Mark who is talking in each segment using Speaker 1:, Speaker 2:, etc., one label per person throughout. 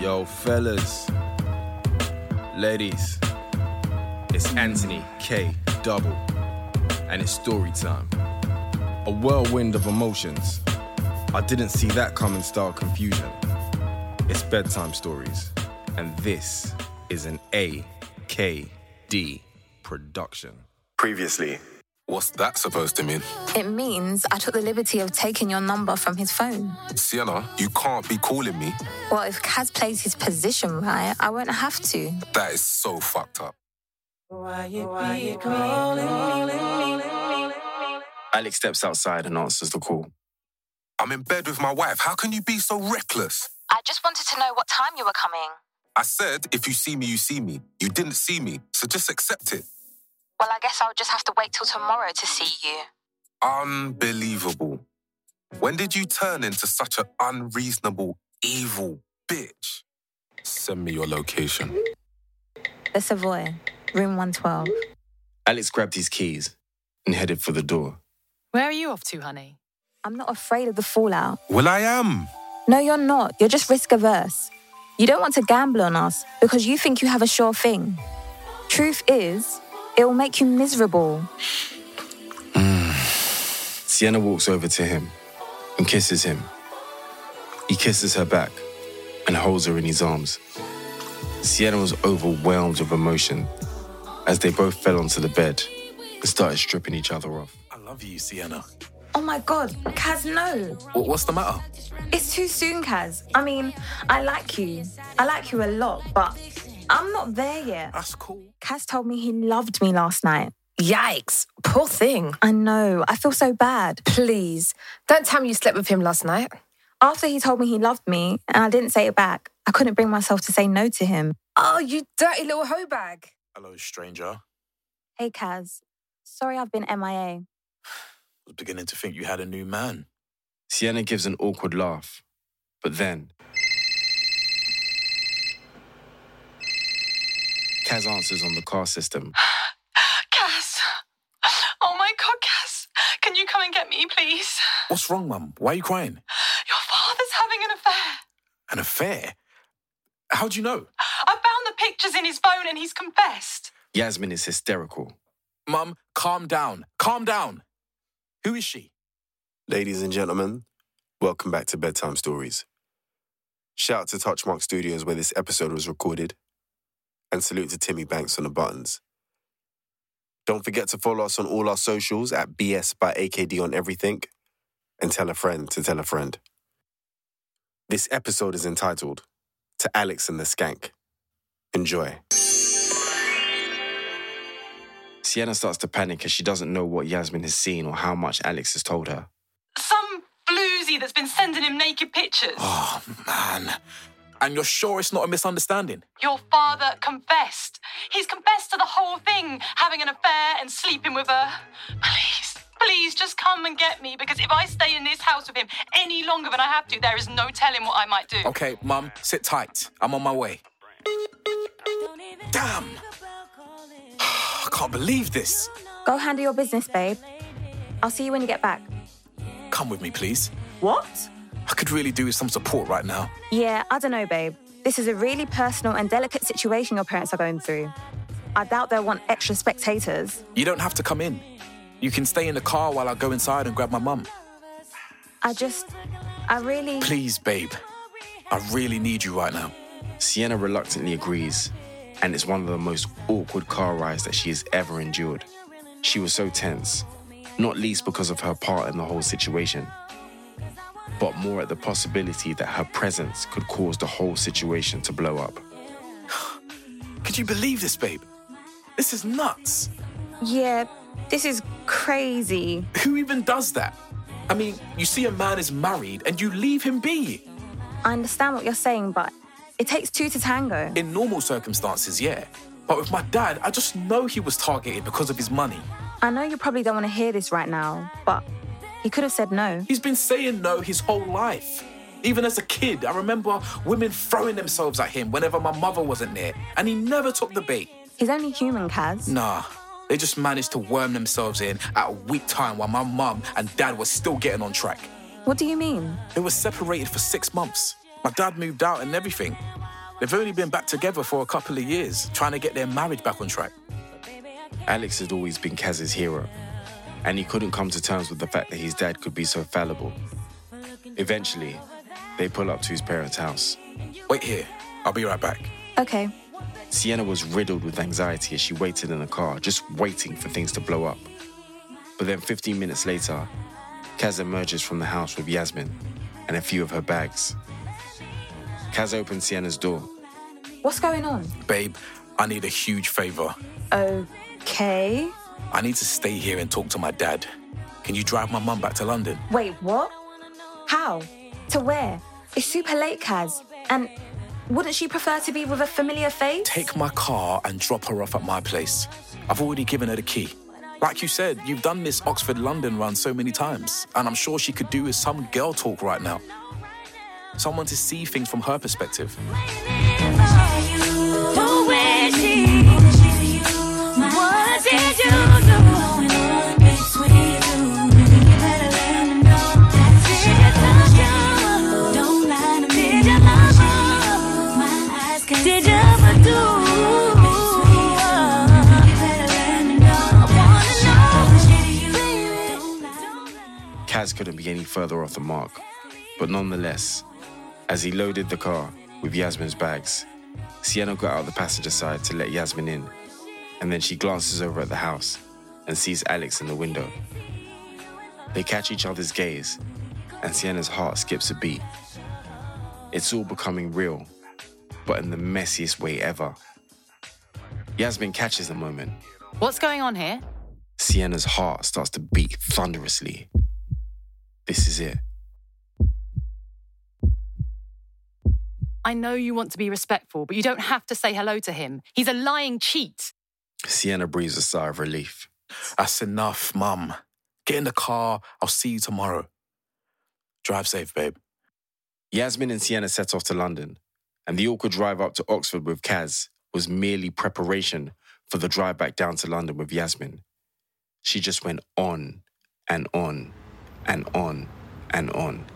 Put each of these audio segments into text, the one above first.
Speaker 1: Yo, fellas, ladies, it's Anthony K. Double, and it's story time. A whirlwind of emotions. I didn't see that coming, style confusion. It's bedtime stories, and this is an AKD production.
Speaker 2: Previously.
Speaker 3: What's that supposed to mean?
Speaker 4: It means I took the liberty of taking your number from his phone.
Speaker 3: Sienna, you can't be calling me.
Speaker 4: Well, if Kaz plays his position right, I won't have to.
Speaker 3: That is so fucked up.
Speaker 5: Alex steps outside and answers the call.
Speaker 3: I'm in bed with my wife. How can you be so reckless?
Speaker 6: I just wanted to know what time you were coming.
Speaker 3: I said, if you see me, you see me. You didn't see me, so just accept it.
Speaker 6: Well, I guess I'll just have to wait till tomorrow to see you.
Speaker 3: Unbelievable. When did you turn into such an unreasonable, evil bitch? Send me your location.
Speaker 4: The Savoy, room 112.
Speaker 5: Alex grabbed his keys and headed for the door.
Speaker 7: Where are you off to, honey?
Speaker 4: I'm not afraid of the fallout.
Speaker 3: Well, I am.
Speaker 4: No, you're not. You're just risk averse. You don't want to gamble on us because you think you have a sure thing. Truth is, it will make you miserable.
Speaker 5: Sienna walks over to him and kisses him. He kisses her back and holds her in his arms. Sienna was overwhelmed with emotion as they both fell onto the bed and started stripping each other off.
Speaker 3: I love you, Sienna.
Speaker 4: Oh my god, Kaz, no.
Speaker 3: What's the matter?
Speaker 4: It's too soon, Kaz. I mean, I like you. I like you a lot, but I'm not there yet.
Speaker 3: That's cool.
Speaker 4: Kaz told me he loved me last night.
Speaker 8: Yikes. Poor thing.
Speaker 4: I know. I feel so bad.
Speaker 8: Please. Don't tell me you slept with him last night.
Speaker 4: After he told me he loved me and I didn't say it back, I couldn't bring myself to say no to him.
Speaker 8: Oh, you dirty little hoe bag.
Speaker 2: Hello, stranger. I
Speaker 4: Hey, Kaz. Sorry I've been MIA.
Speaker 2: was beginning to think you had a new man.
Speaker 5: Sienna gives an awkward laugh, but then. Kaz answers on the car system.
Speaker 9: Cass. Oh my god, Cass. Can you come and get me, please?
Speaker 2: What's wrong, Mum? Why are you crying?
Speaker 9: Your father's having an affair.
Speaker 2: An affair? How do you know?
Speaker 9: I found the pictures in his phone and he's confessed.
Speaker 5: Yasmin is hysterical.
Speaker 2: Mum, calm down. Calm down. Who is she?
Speaker 10: Ladies and gentlemen, welcome back to Bedtime Stories. Shout out to Touchmark Studios where this episode was recorded, and salute to Timmy Banks on the buttons. Don't forget to follow us on all our socials at BS by AKD on everything, and tell a friend to tell a friend. This episode is entitled To Alex and the Skank. Enjoy.
Speaker 5: Sienna starts to panic as she doesn't know what Yasmin has seen or how much Alex has told her.
Speaker 9: Some bluesy that's been sending him naked pictures.
Speaker 2: Oh, man. And you're sure it's not a misunderstanding?
Speaker 9: Your father confessed. He's confessed to the whole thing, having an affair and sleeping with her. Please, please just come and get me because if I stay in this house with him any longer than I have to, there is no telling what I might do.
Speaker 2: Okay, Mum, sit tight. I'm on my way. Damn! I can't believe this.
Speaker 4: Go handle your business, babe. I'll see you when you get back.
Speaker 2: Come with me, please.
Speaker 4: What?
Speaker 2: I could really do with some support right now.
Speaker 4: Yeah, I don't know, babe. This is a really personal and delicate situation your parents are going through. I doubt they'll want extra spectators.
Speaker 2: You don't have to come in. You can stay in the car while I go inside and grab my mum.
Speaker 4: I just. I really.
Speaker 2: Please, babe. I really need you right now.
Speaker 5: Sienna reluctantly agrees, and it's one of the most awkward car rides that she has ever endured. She was so tense, not least because of her part in the whole situation, but more at the possibility that her presence could cause the whole situation to blow up.
Speaker 2: Could you believe this, babe? This is nuts.
Speaker 4: Yeah, this is crazy.
Speaker 2: Who even does that? I mean, you see a man is married and you leave him be.
Speaker 4: I understand what you're saying, but it takes two to tango.
Speaker 2: In normal circumstances, yeah. But with my dad, I just know he was targeted because of his money.
Speaker 4: I know you probably don't want to hear this right now, but he could have said no.
Speaker 2: He's been saying no his whole life. Even as a kid, I remember women throwing themselves at him whenever my mother wasn't there, and he never took the bait.
Speaker 4: He's only human, Kaz.
Speaker 2: Nah, they just managed to worm themselves in at a weak time while my mum and dad were still getting on track.
Speaker 4: What do you mean?
Speaker 2: They were separated for six months. My dad moved out and everything. They've only been back together for a couple of years, trying to get their marriage back on track.
Speaker 5: Alex had always been Kaz's hero, and he couldn't come to terms with the fact that his dad could be so fallible. Eventually, they pull up to his parents' house.
Speaker 2: Wait here, I'll be right back.
Speaker 4: Okay.
Speaker 5: Sienna was riddled with anxiety as she waited in the car, just waiting for things to blow up. But then 15 minutes later, Kaz emerges from the house with Yasmin and a few of her bags. Kaz opens Sienna's door.
Speaker 4: What's going on?
Speaker 2: Babe, I need a huge favor.
Speaker 4: Okay.
Speaker 2: I need to stay here and talk to my dad. Can you drive my mum back to London?
Speaker 4: Wait, what? How? To where? It's super late, Kaz. And wouldn't she prefer to be with a familiar face?
Speaker 2: Take my car and drop her off at my place. I've already given her the key. Like you said, you've done this Oxford London run so many times, and I'm sure she could do with some girl talk right now. Someone to see things from her perspective.
Speaker 5: Kaz couldn't be any further off the mark, but nonetheless, as he loaded the car with Yasmin's bags, Sienna got out of the passenger side to let Yasmin in, and then she glances over at the house and sees Alex in the window. They catch each other's gaze, and Sienna's heart skips a beat. It's all becoming real, but in the messiest way ever. Yasmin catches the moment.
Speaker 7: What's going on here?
Speaker 5: Sienna's heart starts to beat thunderously. This is it.
Speaker 7: I know you want to be respectful, but you don't have to say hello to him. He's a lying cheat.
Speaker 5: Sienna breathes a sigh of relief.
Speaker 2: That's enough, mum. Get in the car. I'll see you tomorrow. Drive safe, babe.
Speaker 5: Yasmin and Sienna set off to London, and the awkward drive up to Oxford with Kaz was merely preparation for the drive back down to London with Yasmin. She just went on and on and on and on.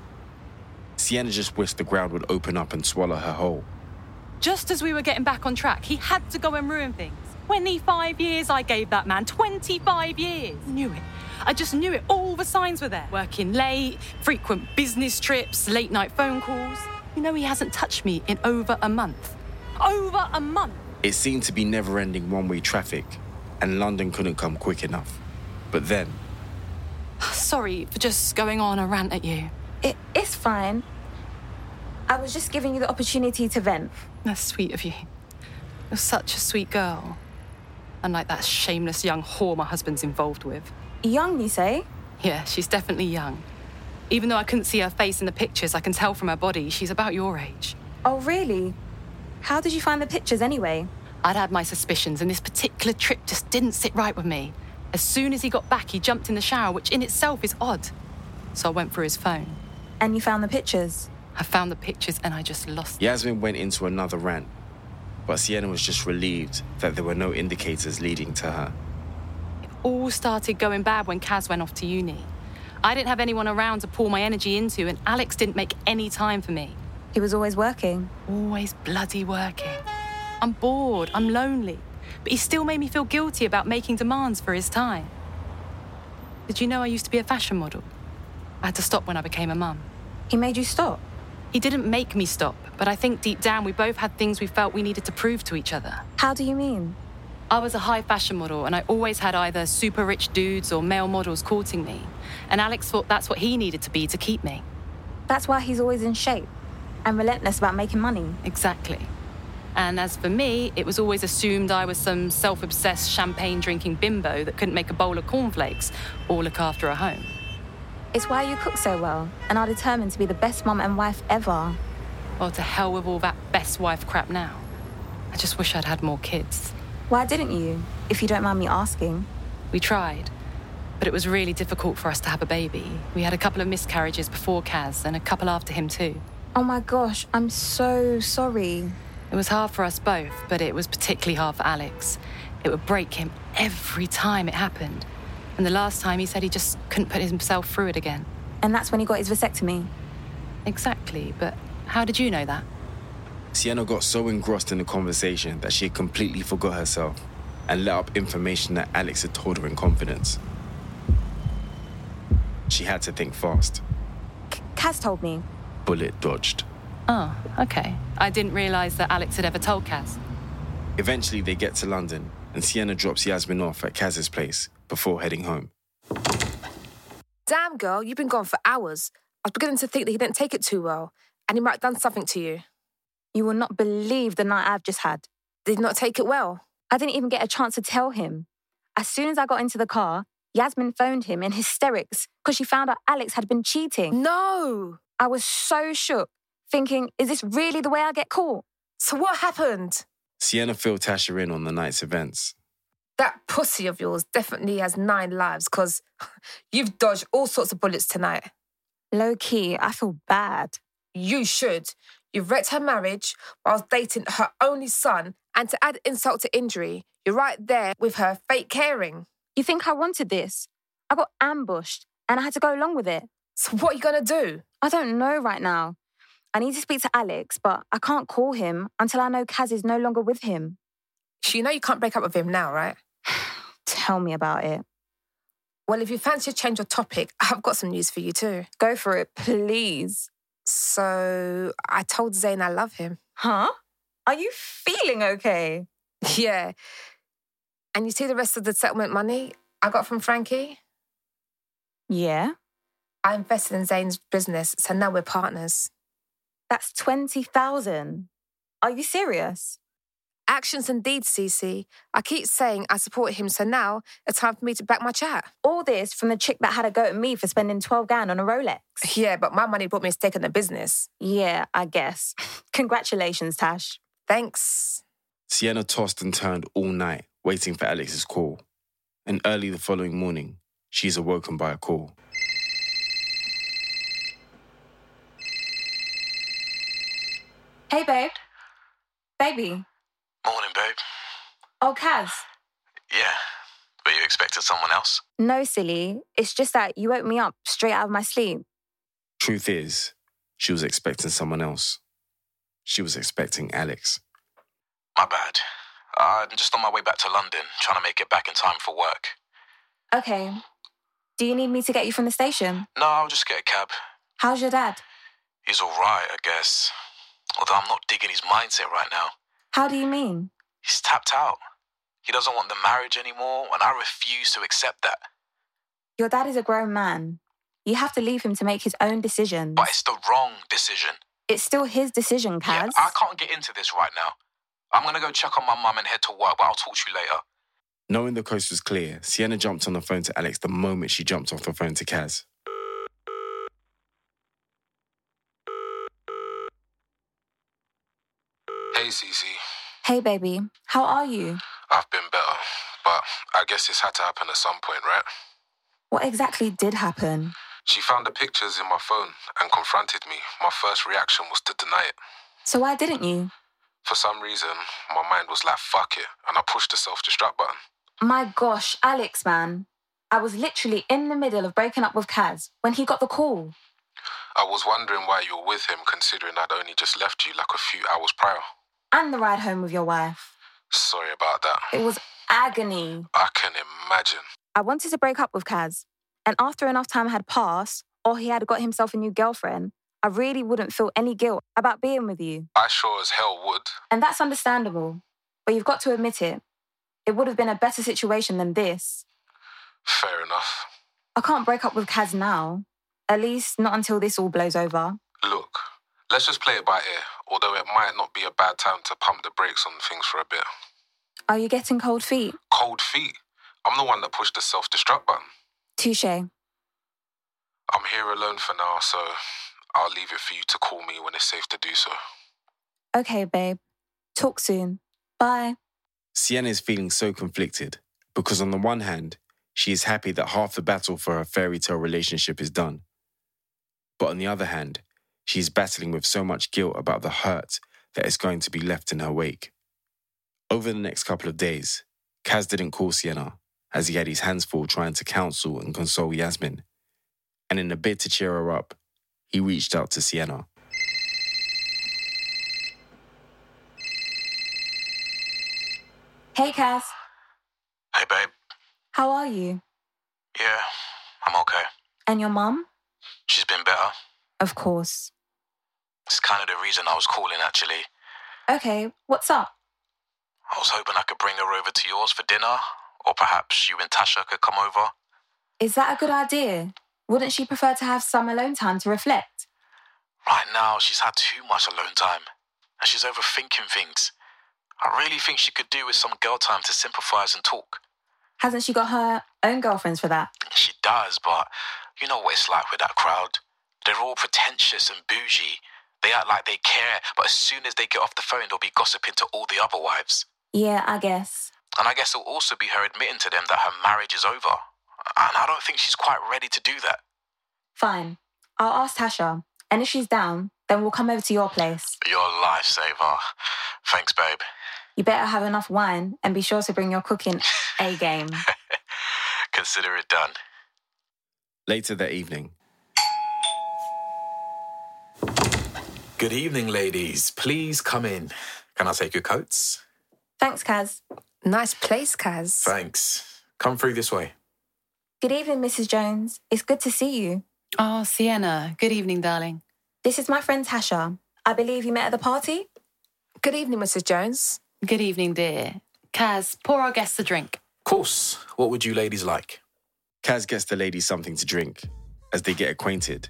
Speaker 5: Sienna just wished the ground would open up and swallow her whole.
Speaker 7: Just as we were getting back on track, he had to go and ruin things. 25 years I gave that man, 25 years. Knew it. I just knew it. All the signs were there. Working late, frequent business trips, late night phone calls. You know, he hasn't touched me in over a month. Over a month.
Speaker 5: It seemed to be never ending one way traffic, and London couldn't come quick enough. But then,
Speaker 7: Sorry for just going on a rant at you.
Speaker 4: It, it's fine. I was just giving you the opportunity to vent.
Speaker 7: That's sweet of you. You're such a sweet girl. Unlike that shameless young whore my husband's involved with.
Speaker 4: Young, you say?
Speaker 7: Yeah, she's definitely young. Even though I couldn't see her face in the pictures, I can tell from her body she's about your age.
Speaker 4: Oh, really? How did you find the pictures anyway?
Speaker 7: I'd had my suspicions, and this particular trip just didn't sit right with me. As soon as he got back, he jumped in the shower, which in itself is odd. So I went through his phone.
Speaker 4: And you found the pictures?
Speaker 7: I found the pictures and I just lost
Speaker 5: Yasmin went into another rant, but Sienna was just relieved that there were no indicators leading to her.
Speaker 7: all started going bad when Kaz went off to uni. I didn't have anyone around to pour my energy into, and Alex didn't make any time for me.
Speaker 4: He was always working.
Speaker 7: Always bloody working. I'm bored, I'm lonely, but he still made me feel guilty about making demands for his time. Did you know I used to be a fashion model? I had to stop when I became a mum.
Speaker 4: He made you stop.
Speaker 7: He didn't make me stop, but I think deep down we both had things we felt we needed to prove to each other.
Speaker 4: How do you mean?
Speaker 7: I was a high fashion model and I always had either super rich dudes or male models courting me. And Alex thought that's what he needed to be to keep me.
Speaker 4: That's why he's always in shape and relentless about making money.
Speaker 7: Exactly. And as for me, it was always assumed I was some self obsessed champagne drinking bimbo that couldn't make a bowl of cornflakes or look after a home.
Speaker 4: It's why you cook so well and are determined to be the best mom and wife ever.
Speaker 7: Well, to hell with all that best wife crap now. I just wish I'd had more kids.
Speaker 4: Why didn't you, if you don't mind me asking?
Speaker 7: We tried, but it was really difficult for us to have a baby. We had a couple of miscarriages before Kaz and a couple after him, too.
Speaker 4: Oh my gosh, I'm so sorry.
Speaker 7: It was hard for us both, but it was particularly hard for Alex. It would break him every time it happened. And the last time he said he just couldn't put himself through it again.
Speaker 4: And that's when he got his vasectomy.
Speaker 7: Exactly, but how did you know that?
Speaker 5: Sienna got so engrossed in the conversation that she had completely forgot herself and let up information that Alex had told her in confidence. She had to think fast.
Speaker 4: Kaz told me.
Speaker 5: Bullet dodged.
Speaker 7: Oh, okay. I didn't realise that Alex had ever told Kaz.
Speaker 5: Eventually, they get to London, and Sienna drops Yasmin off at Kaz's place before heading home.
Speaker 8: Damn, girl, you've been gone for hours. I was beginning to think that he didn't take it too well, and he might have done something to you.
Speaker 4: You will not believe the night I've just had.
Speaker 8: Did not take it well.
Speaker 4: I didn't even get a chance to tell him. As soon as I got into the car, Yasmin phoned him in hysterics because she found out Alex had been cheating.
Speaker 8: No!
Speaker 4: I was so shook, thinking, is this really the way I get caught?
Speaker 8: So what happened?
Speaker 5: Sienna filled Tasha in on the night's events.
Speaker 8: That pussy of yours definitely has nine lives because you've dodged all sorts of bullets tonight.
Speaker 4: Low key, I feel bad.
Speaker 8: You should. You've wrecked her marriage whilst dating her only son, and to add insult to injury, you're right there with her fake caring.
Speaker 4: You think I wanted this? I got ambushed and I had to go along with it.
Speaker 8: So what are you gonna do?
Speaker 4: I don't know right now. I need to speak to Alex, but I can't call him until I know Kaz is no longer with him.
Speaker 8: So you know you can't break up with him now, right?
Speaker 4: Tell me about it.
Speaker 8: Well, if you fancy a change of topic, I've got some news for you too.
Speaker 4: Go for it, please.
Speaker 8: So I told Zayn I love him.
Speaker 4: Huh? Are you feeling okay?
Speaker 8: Yeah. And you see the rest of the settlement money I got from Frankie?
Speaker 4: Yeah.
Speaker 8: I invested in Zane's business, so now we're partners.
Speaker 4: That's 20,000. Are you serious?
Speaker 8: Actions and deeds, Cece. I keep saying I support him, so now it's time for me to back my chat.
Speaker 4: All this from the chick that had a go at me for spending 12 grand on a Rolex.
Speaker 8: Yeah, but my money bought me a stake in the business.
Speaker 4: Yeah, I guess. Congratulations, Tash.
Speaker 8: Thanks.
Speaker 5: Sienna tossed and turned all night, waiting for Alex's call. And early the following morning, she's awoken by a call.
Speaker 4: Hey, babe. Baby.
Speaker 11: Morning, babe.
Speaker 4: Oh, Kaz.
Speaker 11: Yeah. Were you expecting someone else?
Speaker 4: No, silly. It's just that you woke me up straight out of my sleep.
Speaker 5: Truth is, she was expecting someone else. She was expecting Alex.
Speaker 11: My bad. I'm just on my way back to London, trying to make it back in time for work.
Speaker 4: Okay. Do you need me to get you from the station?
Speaker 11: No, I'll just get a cab.
Speaker 4: How's your dad?
Speaker 11: He's all right, I guess. Although I'm not digging his mindset right now.
Speaker 4: How do you mean?
Speaker 11: He's tapped out. He doesn't want the marriage anymore, and I refuse to accept that.
Speaker 4: Your dad is a grown man. You have to leave him to make his own decisions.
Speaker 11: But it's the wrong decision.
Speaker 4: It's still his decision, Kaz.
Speaker 11: Yeah, I can't get into this right now. I'm gonna go check on my mum and head to work, but I'll talk to you later.
Speaker 5: Knowing the coast was clear, Sienna jumped on the phone to Alex the moment she jumped off the phone to Kaz.
Speaker 3: Hey, Cece.
Speaker 4: Hey, baby. How are you?
Speaker 3: I've been better, but I guess this had to happen at some point, right?
Speaker 4: What exactly did happen?
Speaker 3: She found the pictures in my phone and confronted me. My first reaction was to deny it.
Speaker 4: So, why didn't you?
Speaker 3: For some reason, my mind was like, fuck it, and I pushed the self destruct button.
Speaker 4: My gosh, Alex, man. I was literally in the middle of breaking up with Kaz when he got the call.
Speaker 3: I was wondering why you were with him, considering I'd only just left you like a few hours prior.
Speaker 4: And the ride home with your wife.
Speaker 3: Sorry about that.
Speaker 4: It was agony.
Speaker 3: I can imagine.
Speaker 4: I wanted to break up with Kaz, and after enough time had passed, or he had got himself a new girlfriend, I really wouldn't feel any guilt about being with you.
Speaker 3: I sure as hell would.
Speaker 4: And that's understandable, but you've got to admit it. It would have been a better situation than this.
Speaker 3: Fair enough.
Speaker 4: I can't break up with Kaz now, at least not until this all blows over.
Speaker 3: Look, let's just play it by ear, although it might not be a bad time to pump the brakes on things for a bit.
Speaker 4: Are you getting cold feet?
Speaker 3: Cold feet? I'm the one that pushed the self destruct button.
Speaker 4: Touche. I'm
Speaker 3: here alone for now, so I'll leave it for you to call me when it's safe to do so.
Speaker 4: Okay, babe. Talk soon. Bye.
Speaker 5: Sienna is feeling so conflicted because, on the one hand, she is happy that half the battle for her fairy tale relationship is done. But on the other hand, she is battling with so much guilt about the hurt that is going to be left in her wake. Over the next couple of days, Kaz didn't call Sienna as he had his hands full trying to counsel and console Yasmin. And in a bid to cheer her up, he reached out to Sienna.
Speaker 4: Hey, Kaz.
Speaker 11: Hey, babe.
Speaker 4: How are you?
Speaker 11: Yeah, I'm okay.
Speaker 4: And your mum?
Speaker 11: She's been better.
Speaker 4: Of course.
Speaker 11: It's kind of the reason I was calling, actually.
Speaker 4: Okay, what's up?
Speaker 11: I was hoping I could bring her over to yours for dinner, or perhaps you and Tasha could come over.
Speaker 4: Is that a good idea? Wouldn't she prefer to have some alone time to reflect?
Speaker 11: Right now, she's had too much alone time, and she's overthinking things. I really think she could do with some girl time to sympathize and talk.
Speaker 4: Hasn't she got her own girlfriends for that?
Speaker 11: She does, but you know what it's like with that crowd. They're all pretentious and bougie. They act like they care, but as soon as they get off the phone, they'll be gossiping to all the other wives.
Speaker 4: Yeah, I guess.
Speaker 11: And I guess it'll also be her admitting to them that her marriage is over. And I don't think she's quite ready to do that.
Speaker 4: Fine. I'll ask Tasha, and if she's down, then we'll come over to your place.
Speaker 11: You're a lifesaver. Thanks, babe.
Speaker 4: You better have enough wine and be sure to bring your cooking A game.
Speaker 11: Consider it done.
Speaker 5: Later that evening,
Speaker 2: Good evening, ladies. Please come in. Can I take your coats?
Speaker 4: Thanks, Kaz.
Speaker 8: Nice place, Kaz.
Speaker 2: Thanks. Come through this way.
Speaker 4: Good evening, Mrs. Jones. It's good to see you.
Speaker 7: Oh, Sienna. Good evening, darling.
Speaker 4: This is my friend Tasha. I believe you met at the party.
Speaker 8: Good evening, Mrs. Jones.
Speaker 7: Good evening, dear. Kaz, pour our guests a drink.
Speaker 2: Course. What would you ladies like?
Speaker 5: Kaz gets the ladies something to drink as they get acquainted,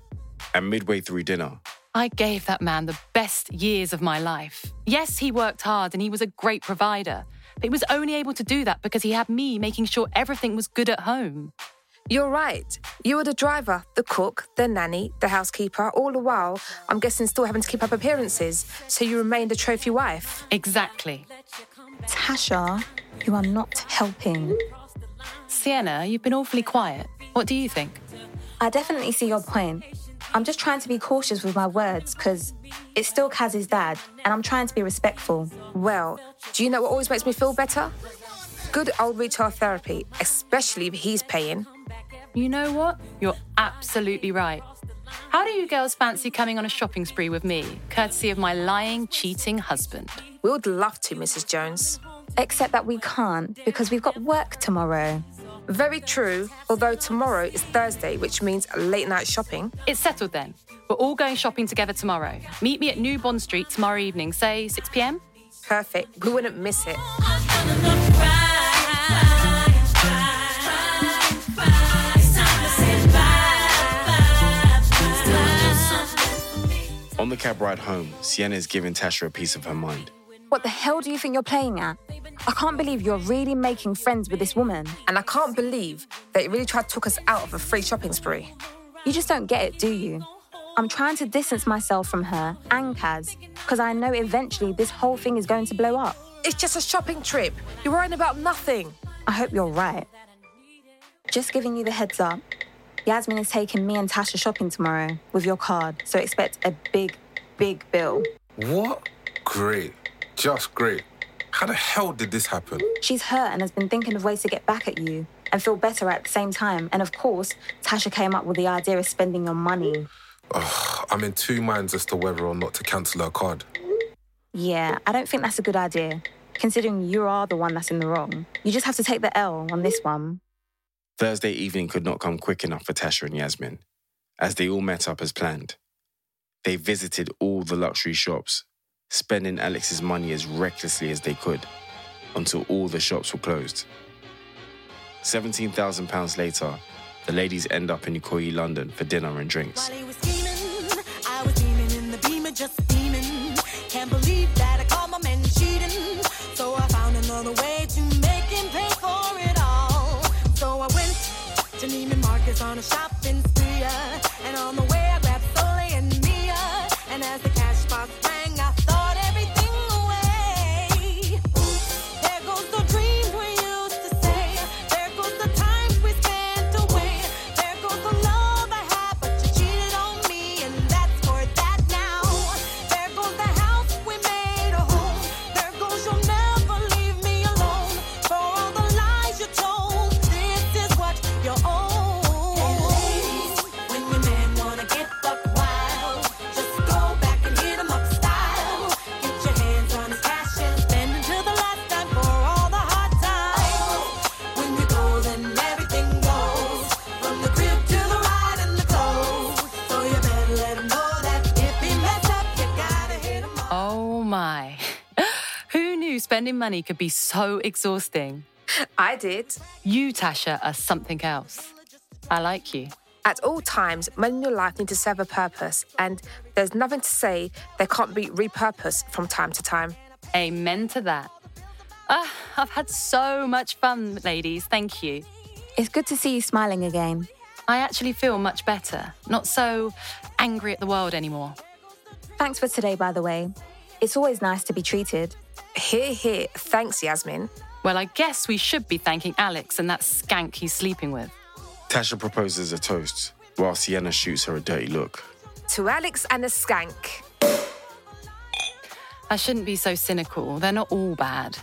Speaker 5: and midway through dinner,
Speaker 7: I gave that man the best years of my life. Yes, he worked hard and he was a great provider, but he was only able to do that because he had me making sure everything was good at home.
Speaker 8: You're right. You were the driver, the cook, the nanny, the housekeeper, all the while, I'm guessing, still having to keep up appearances, so you remained a trophy wife.
Speaker 7: Exactly.
Speaker 4: Tasha, you are not helping.
Speaker 7: Sienna, you've been awfully quiet. What do you think?
Speaker 4: I definitely see your point. I'm just trying to be cautious with my words because it's still Kaz's dad, and I'm trying to be respectful.
Speaker 8: Well, do you know what always makes me feel better? Good old retail therapy, especially if he's paying.
Speaker 7: You know what? You're absolutely right. How do you girls fancy coming on a shopping spree with me, courtesy of my lying, cheating husband?
Speaker 8: We would love to, Mrs. Jones.
Speaker 4: Except that we can't because we've got work tomorrow.
Speaker 8: Very true, although tomorrow is Thursday, which means late night shopping.
Speaker 7: It's settled then. We're all going shopping together tomorrow. Meet me at New Bond Street tomorrow evening, say 6 pm.
Speaker 8: Perfect. We wouldn't miss it.
Speaker 5: on the cab ride home, Sienna is giving Tasha a piece of her mind.
Speaker 4: What the hell do you think you're playing at? I can't believe you're really making friends with this woman.
Speaker 8: And I can't believe that you really tried to talk us out of a free shopping spree.
Speaker 4: You just don't get it, do you? I'm trying to distance myself from her and Kaz because I know eventually this whole thing is going to blow up.
Speaker 8: It's just a shopping trip. You're worrying about nothing.
Speaker 4: I hope you're right. Just giving you the heads up. Yasmin is taking me and Tasha shopping tomorrow with your card, so expect a big, big bill.
Speaker 3: What? Great. Just great. How the hell did this happen?
Speaker 4: She's hurt and has been thinking of ways to get back at you and feel better at the same time. And of course, Tasha came up with the idea of spending your money.
Speaker 3: Ugh, I'm in two minds as to whether or not to cancel her card.
Speaker 4: Yeah, I don't think that's a good idea, considering you are the one that's in the wrong. You just have to take the L on this one.
Speaker 5: Thursday evening could not come quick enough for Tasha and Yasmin, as they all met up as planned. They visited all the luxury shops, spending Alex's money as recklessly as they could, until all the shops were closed. £17,000 later, the ladies end up in Nikoi, London for dinner and drinks.
Speaker 12: While he was scheming, I was beaming in the beamer, just beaming. Can't believe that I caught my man cheating. So I found another way to make him pay for it all. So I went to Neiman Marcus on a shopping spree, uh, and on the way I grabbed Sole and Mia. And as the cash box rang, I thought everything away. Oops, there goes the dreams we used to say. There goes the times we spent away. There goes the love I had, but you cheated on me, and that's for that now. There goes the house we made a home. There goes you'll never leave me alone. For all the lies you told, this is what you're own.
Speaker 7: Oh my. Who knew spending money could be so exhausting?
Speaker 8: I did.
Speaker 7: You, Tasha, are something else. I like you.
Speaker 8: At all times, men in your life need to serve a purpose, and there's nothing to say they can't be repurposed from time to time.
Speaker 7: Amen to that. Ah, I've had so much fun, ladies. Thank you.
Speaker 4: It's good to see you smiling again.
Speaker 7: I actually feel much better, not so angry at the world anymore.
Speaker 4: Thanks for today, by the way. It's always nice to be treated.
Speaker 8: Here, here. Thanks, Yasmin.
Speaker 7: Well, I guess we should be thanking Alex and that skank he's sleeping with.
Speaker 5: Tasha proposes a toast, while Sienna shoots her a dirty look.
Speaker 8: To Alex and a skank.
Speaker 7: I shouldn't be so cynical. They're not all bad.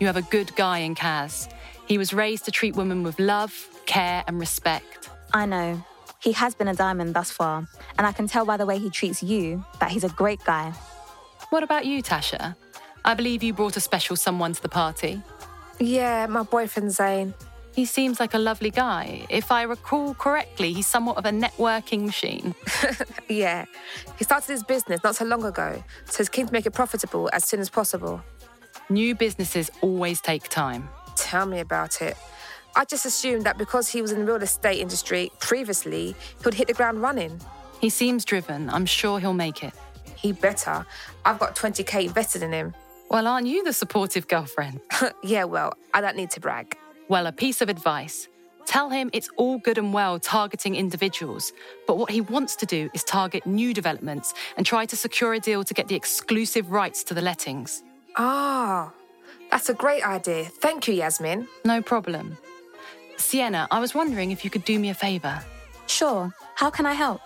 Speaker 7: You have a good guy in Kaz. He was raised to treat women with love, care, and respect.
Speaker 4: I know. He has been a diamond thus far, and I can tell by the way he treats you that he's a great guy.
Speaker 7: What about you, Tasha? I believe you brought a special someone to the party.
Speaker 8: Yeah, my boyfriend Zane.
Speaker 7: He seems like a lovely guy. If I recall correctly, he's somewhat of a networking machine.
Speaker 8: yeah. He started his business not so long ago, so he's keen to make it profitable as soon as possible.
Speaker 7: New businesses always take time.
Speaker 8: Tell me about it. I just assumed that because he was in the real estate industry previously, he would hit the ground running.
Speaker 7: He seems driven. I'm sure he'll make it.
Speaker 8: He better. I've got 20k invested in him.
Speaker 7: Well, aren't you the supportive girlfriend?
Speaker 8: yeah, well, I don't need to brag.
Speaker 7: Well, a piece of advice. Tell him it's all good and well targeting individuals, but what he wants to do is target new developments and try to secure a deal to get the exclusive rights to the lettings.
Speaker 8: Ah, that's a great idea. Thank you, Yasmin.
Speaker 7: No problem. Sienna, I was wondering if you could do me a favour.
Speaker 4: Sure. How can I help?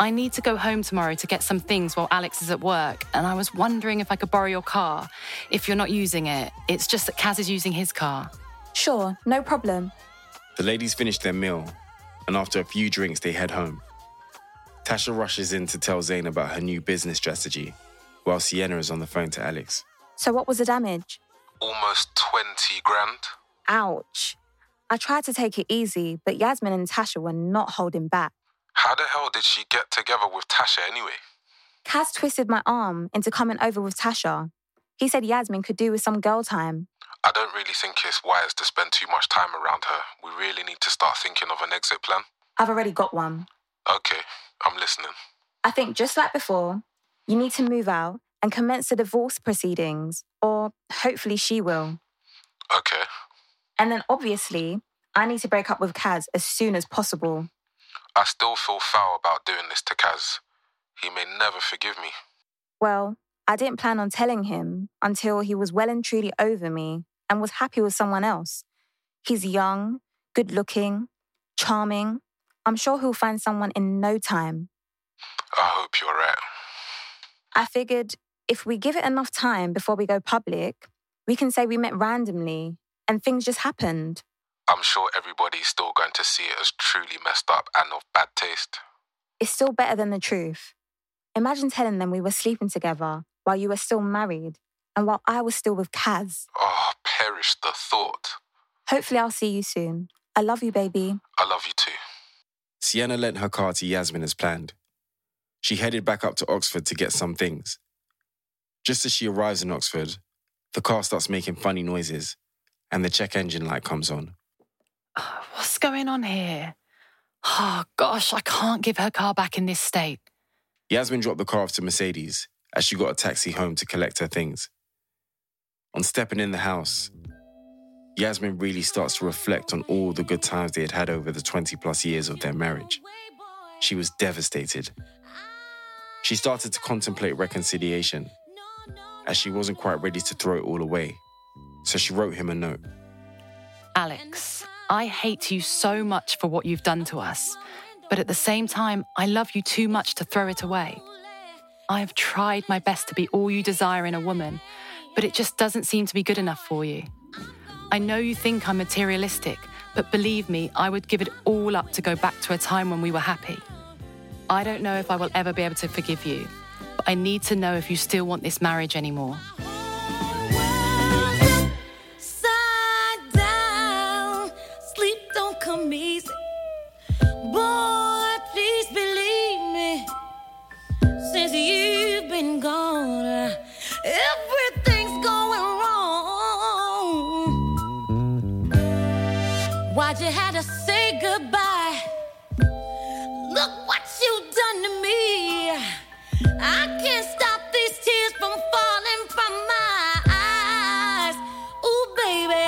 Speaker 7: I need to go home tomorrow to get some things while Alex is at work, and I was wondering if I could borrow your car if you're not using it. It's just that Kaz is using his car.
Speaker 4: Sure, no problem.
Speaker 5: The ladies finish their meal, and after a few drinks, they head home. Tasha rushes in to tell Zane about her new business strategy, while Sienna is on the phone to Alex.
Speaker 4: So, what was the damage?
Speaker 3: Almost 20 grand.
Speaker 4: Ouch. I tried to take it easy, but Yasmin and Tasha were not holding back.
Speaker 3: How the hell did she get together with Tasha anyway?
Speaker 4: Kaz twisted my arm into coming over with Tasha. He said Yasmin could do with some girl time.
Speaker 3: I don't really think it's wise to spend too much time around her. We really need to start thinking of an exit plan.
Speaker 4: I've already got one.
Speaker 3: Okay, I'm listening.
Speaker 4: I think just like before, you need to move out and commence the divorce proceedings, or hopefully she will.
Speaker 3: Okay.
Speaker 4: And then obviously, I need to break up with Kaz as soon as possible.
Speaker 3: I still feel foul about doing this to Kaz. He may never forgive me.
Speaker 4: Well, I didn't plan on telling him until he was well and truly over me and was happy with someone else. He's young, good looking, charming. I'm sure he'll find someone in no time.
Speaker 3: I hope you're right.
Speaker 4: I figured if we give it enough time before we go public, we can say we met randomly and things just happened.
Speaker 3: I'm sure everybody's still going to see it as truly messed up and of bad taste.
Speaker 4: It's still better than the truth. Imagine telling them we were sleeping together while you were still married and while I was still with Kaz.
Speaker 3: Oh, perish the thought.
Speaker 4: Hopefully, I'll see you soon. I love you, baby.
Speaker 3: I love you too.
Speaker 5: Sienna lent her car to Yasmin as planned. She headed back up to Oxford to get some things. Just as she arrives in Oxford, the car starts making funny noises and the check engine light comes on.
Speaker 7: Oh, what's going on here? Oh, gosh, I can't give her car back in this state.
Speaker 5: Yasmin dropped the car off to Mercedes as she got a taxi home to collect her things. On stepping in the house, Yasmin really starts to reflect on all the good times they had had over the 20 plus years of their marriage. She was devastated. She started to contemplate reconciliation, as she wasn't quite ready to throw it all away. So she wrote him a note.
Speaker 7: Alex, I hate you so much for what you've done to us, but at the same time, I love you too much to throw it away. I have tried my best to be all you desire in a woman, but it just doesn't seem to be good enough for you. I know you think I'm materialistic, but believe me, I would give it all up to go back to a time when we were happy. I don't know if I will ever be able to forgive you, but I need to know if you still want this marriage anymore.
Speaker 12: Upside down, sleep don't come easy. Boy, please believe me. Since you've been gone, uh, if but you had to say goodbye. Look what you've done to me. I can't stop these tears from falling from my eyes. Ooh, baby,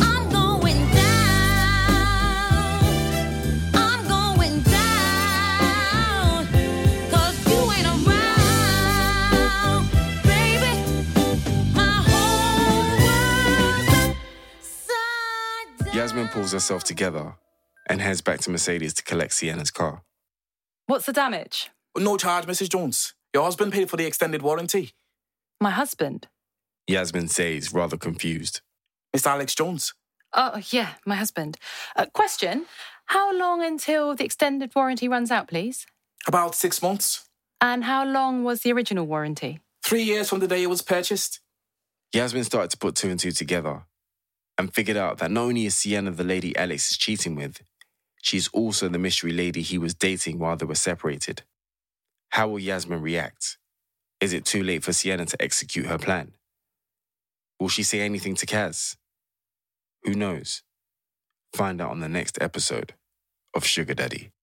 Speaker 12: I'm going down. I'm going down. 'Cause you ain't around, baby. My whole world's
Speaker 5: Yasmin pulls herself together and heads back to Mercedes to collect Sienna's car.
Speaker 7: What's the damage?
Speaker 2: No charge, Mrs. Jones. Your husband paid for the extended warranty.
Speaker 7: My husband.
Speaker 5: Yasmin says, rather confused.
Speaker 2: Mr. Alex Jones.
Speaker 7: Oh, yeah, my husband. Uh, question How long until the extended warranty runs out, please?
Speaker 2: About six months.
Speaker 7: And how long was the original warranty?
Speaker 2: Three years from the day it was purchased.
Speaker 5: Yasmin started to put two and two together and figured out that not only is Sienna the lady Alex is cheating with, she's also the mystery lady he was dating while they were separated. How will Yasmin react? Is it too late for Sienna to execute her plan? Will she say anything to Kaz? Who knows? Find out on the next episode of Sugar Daddy.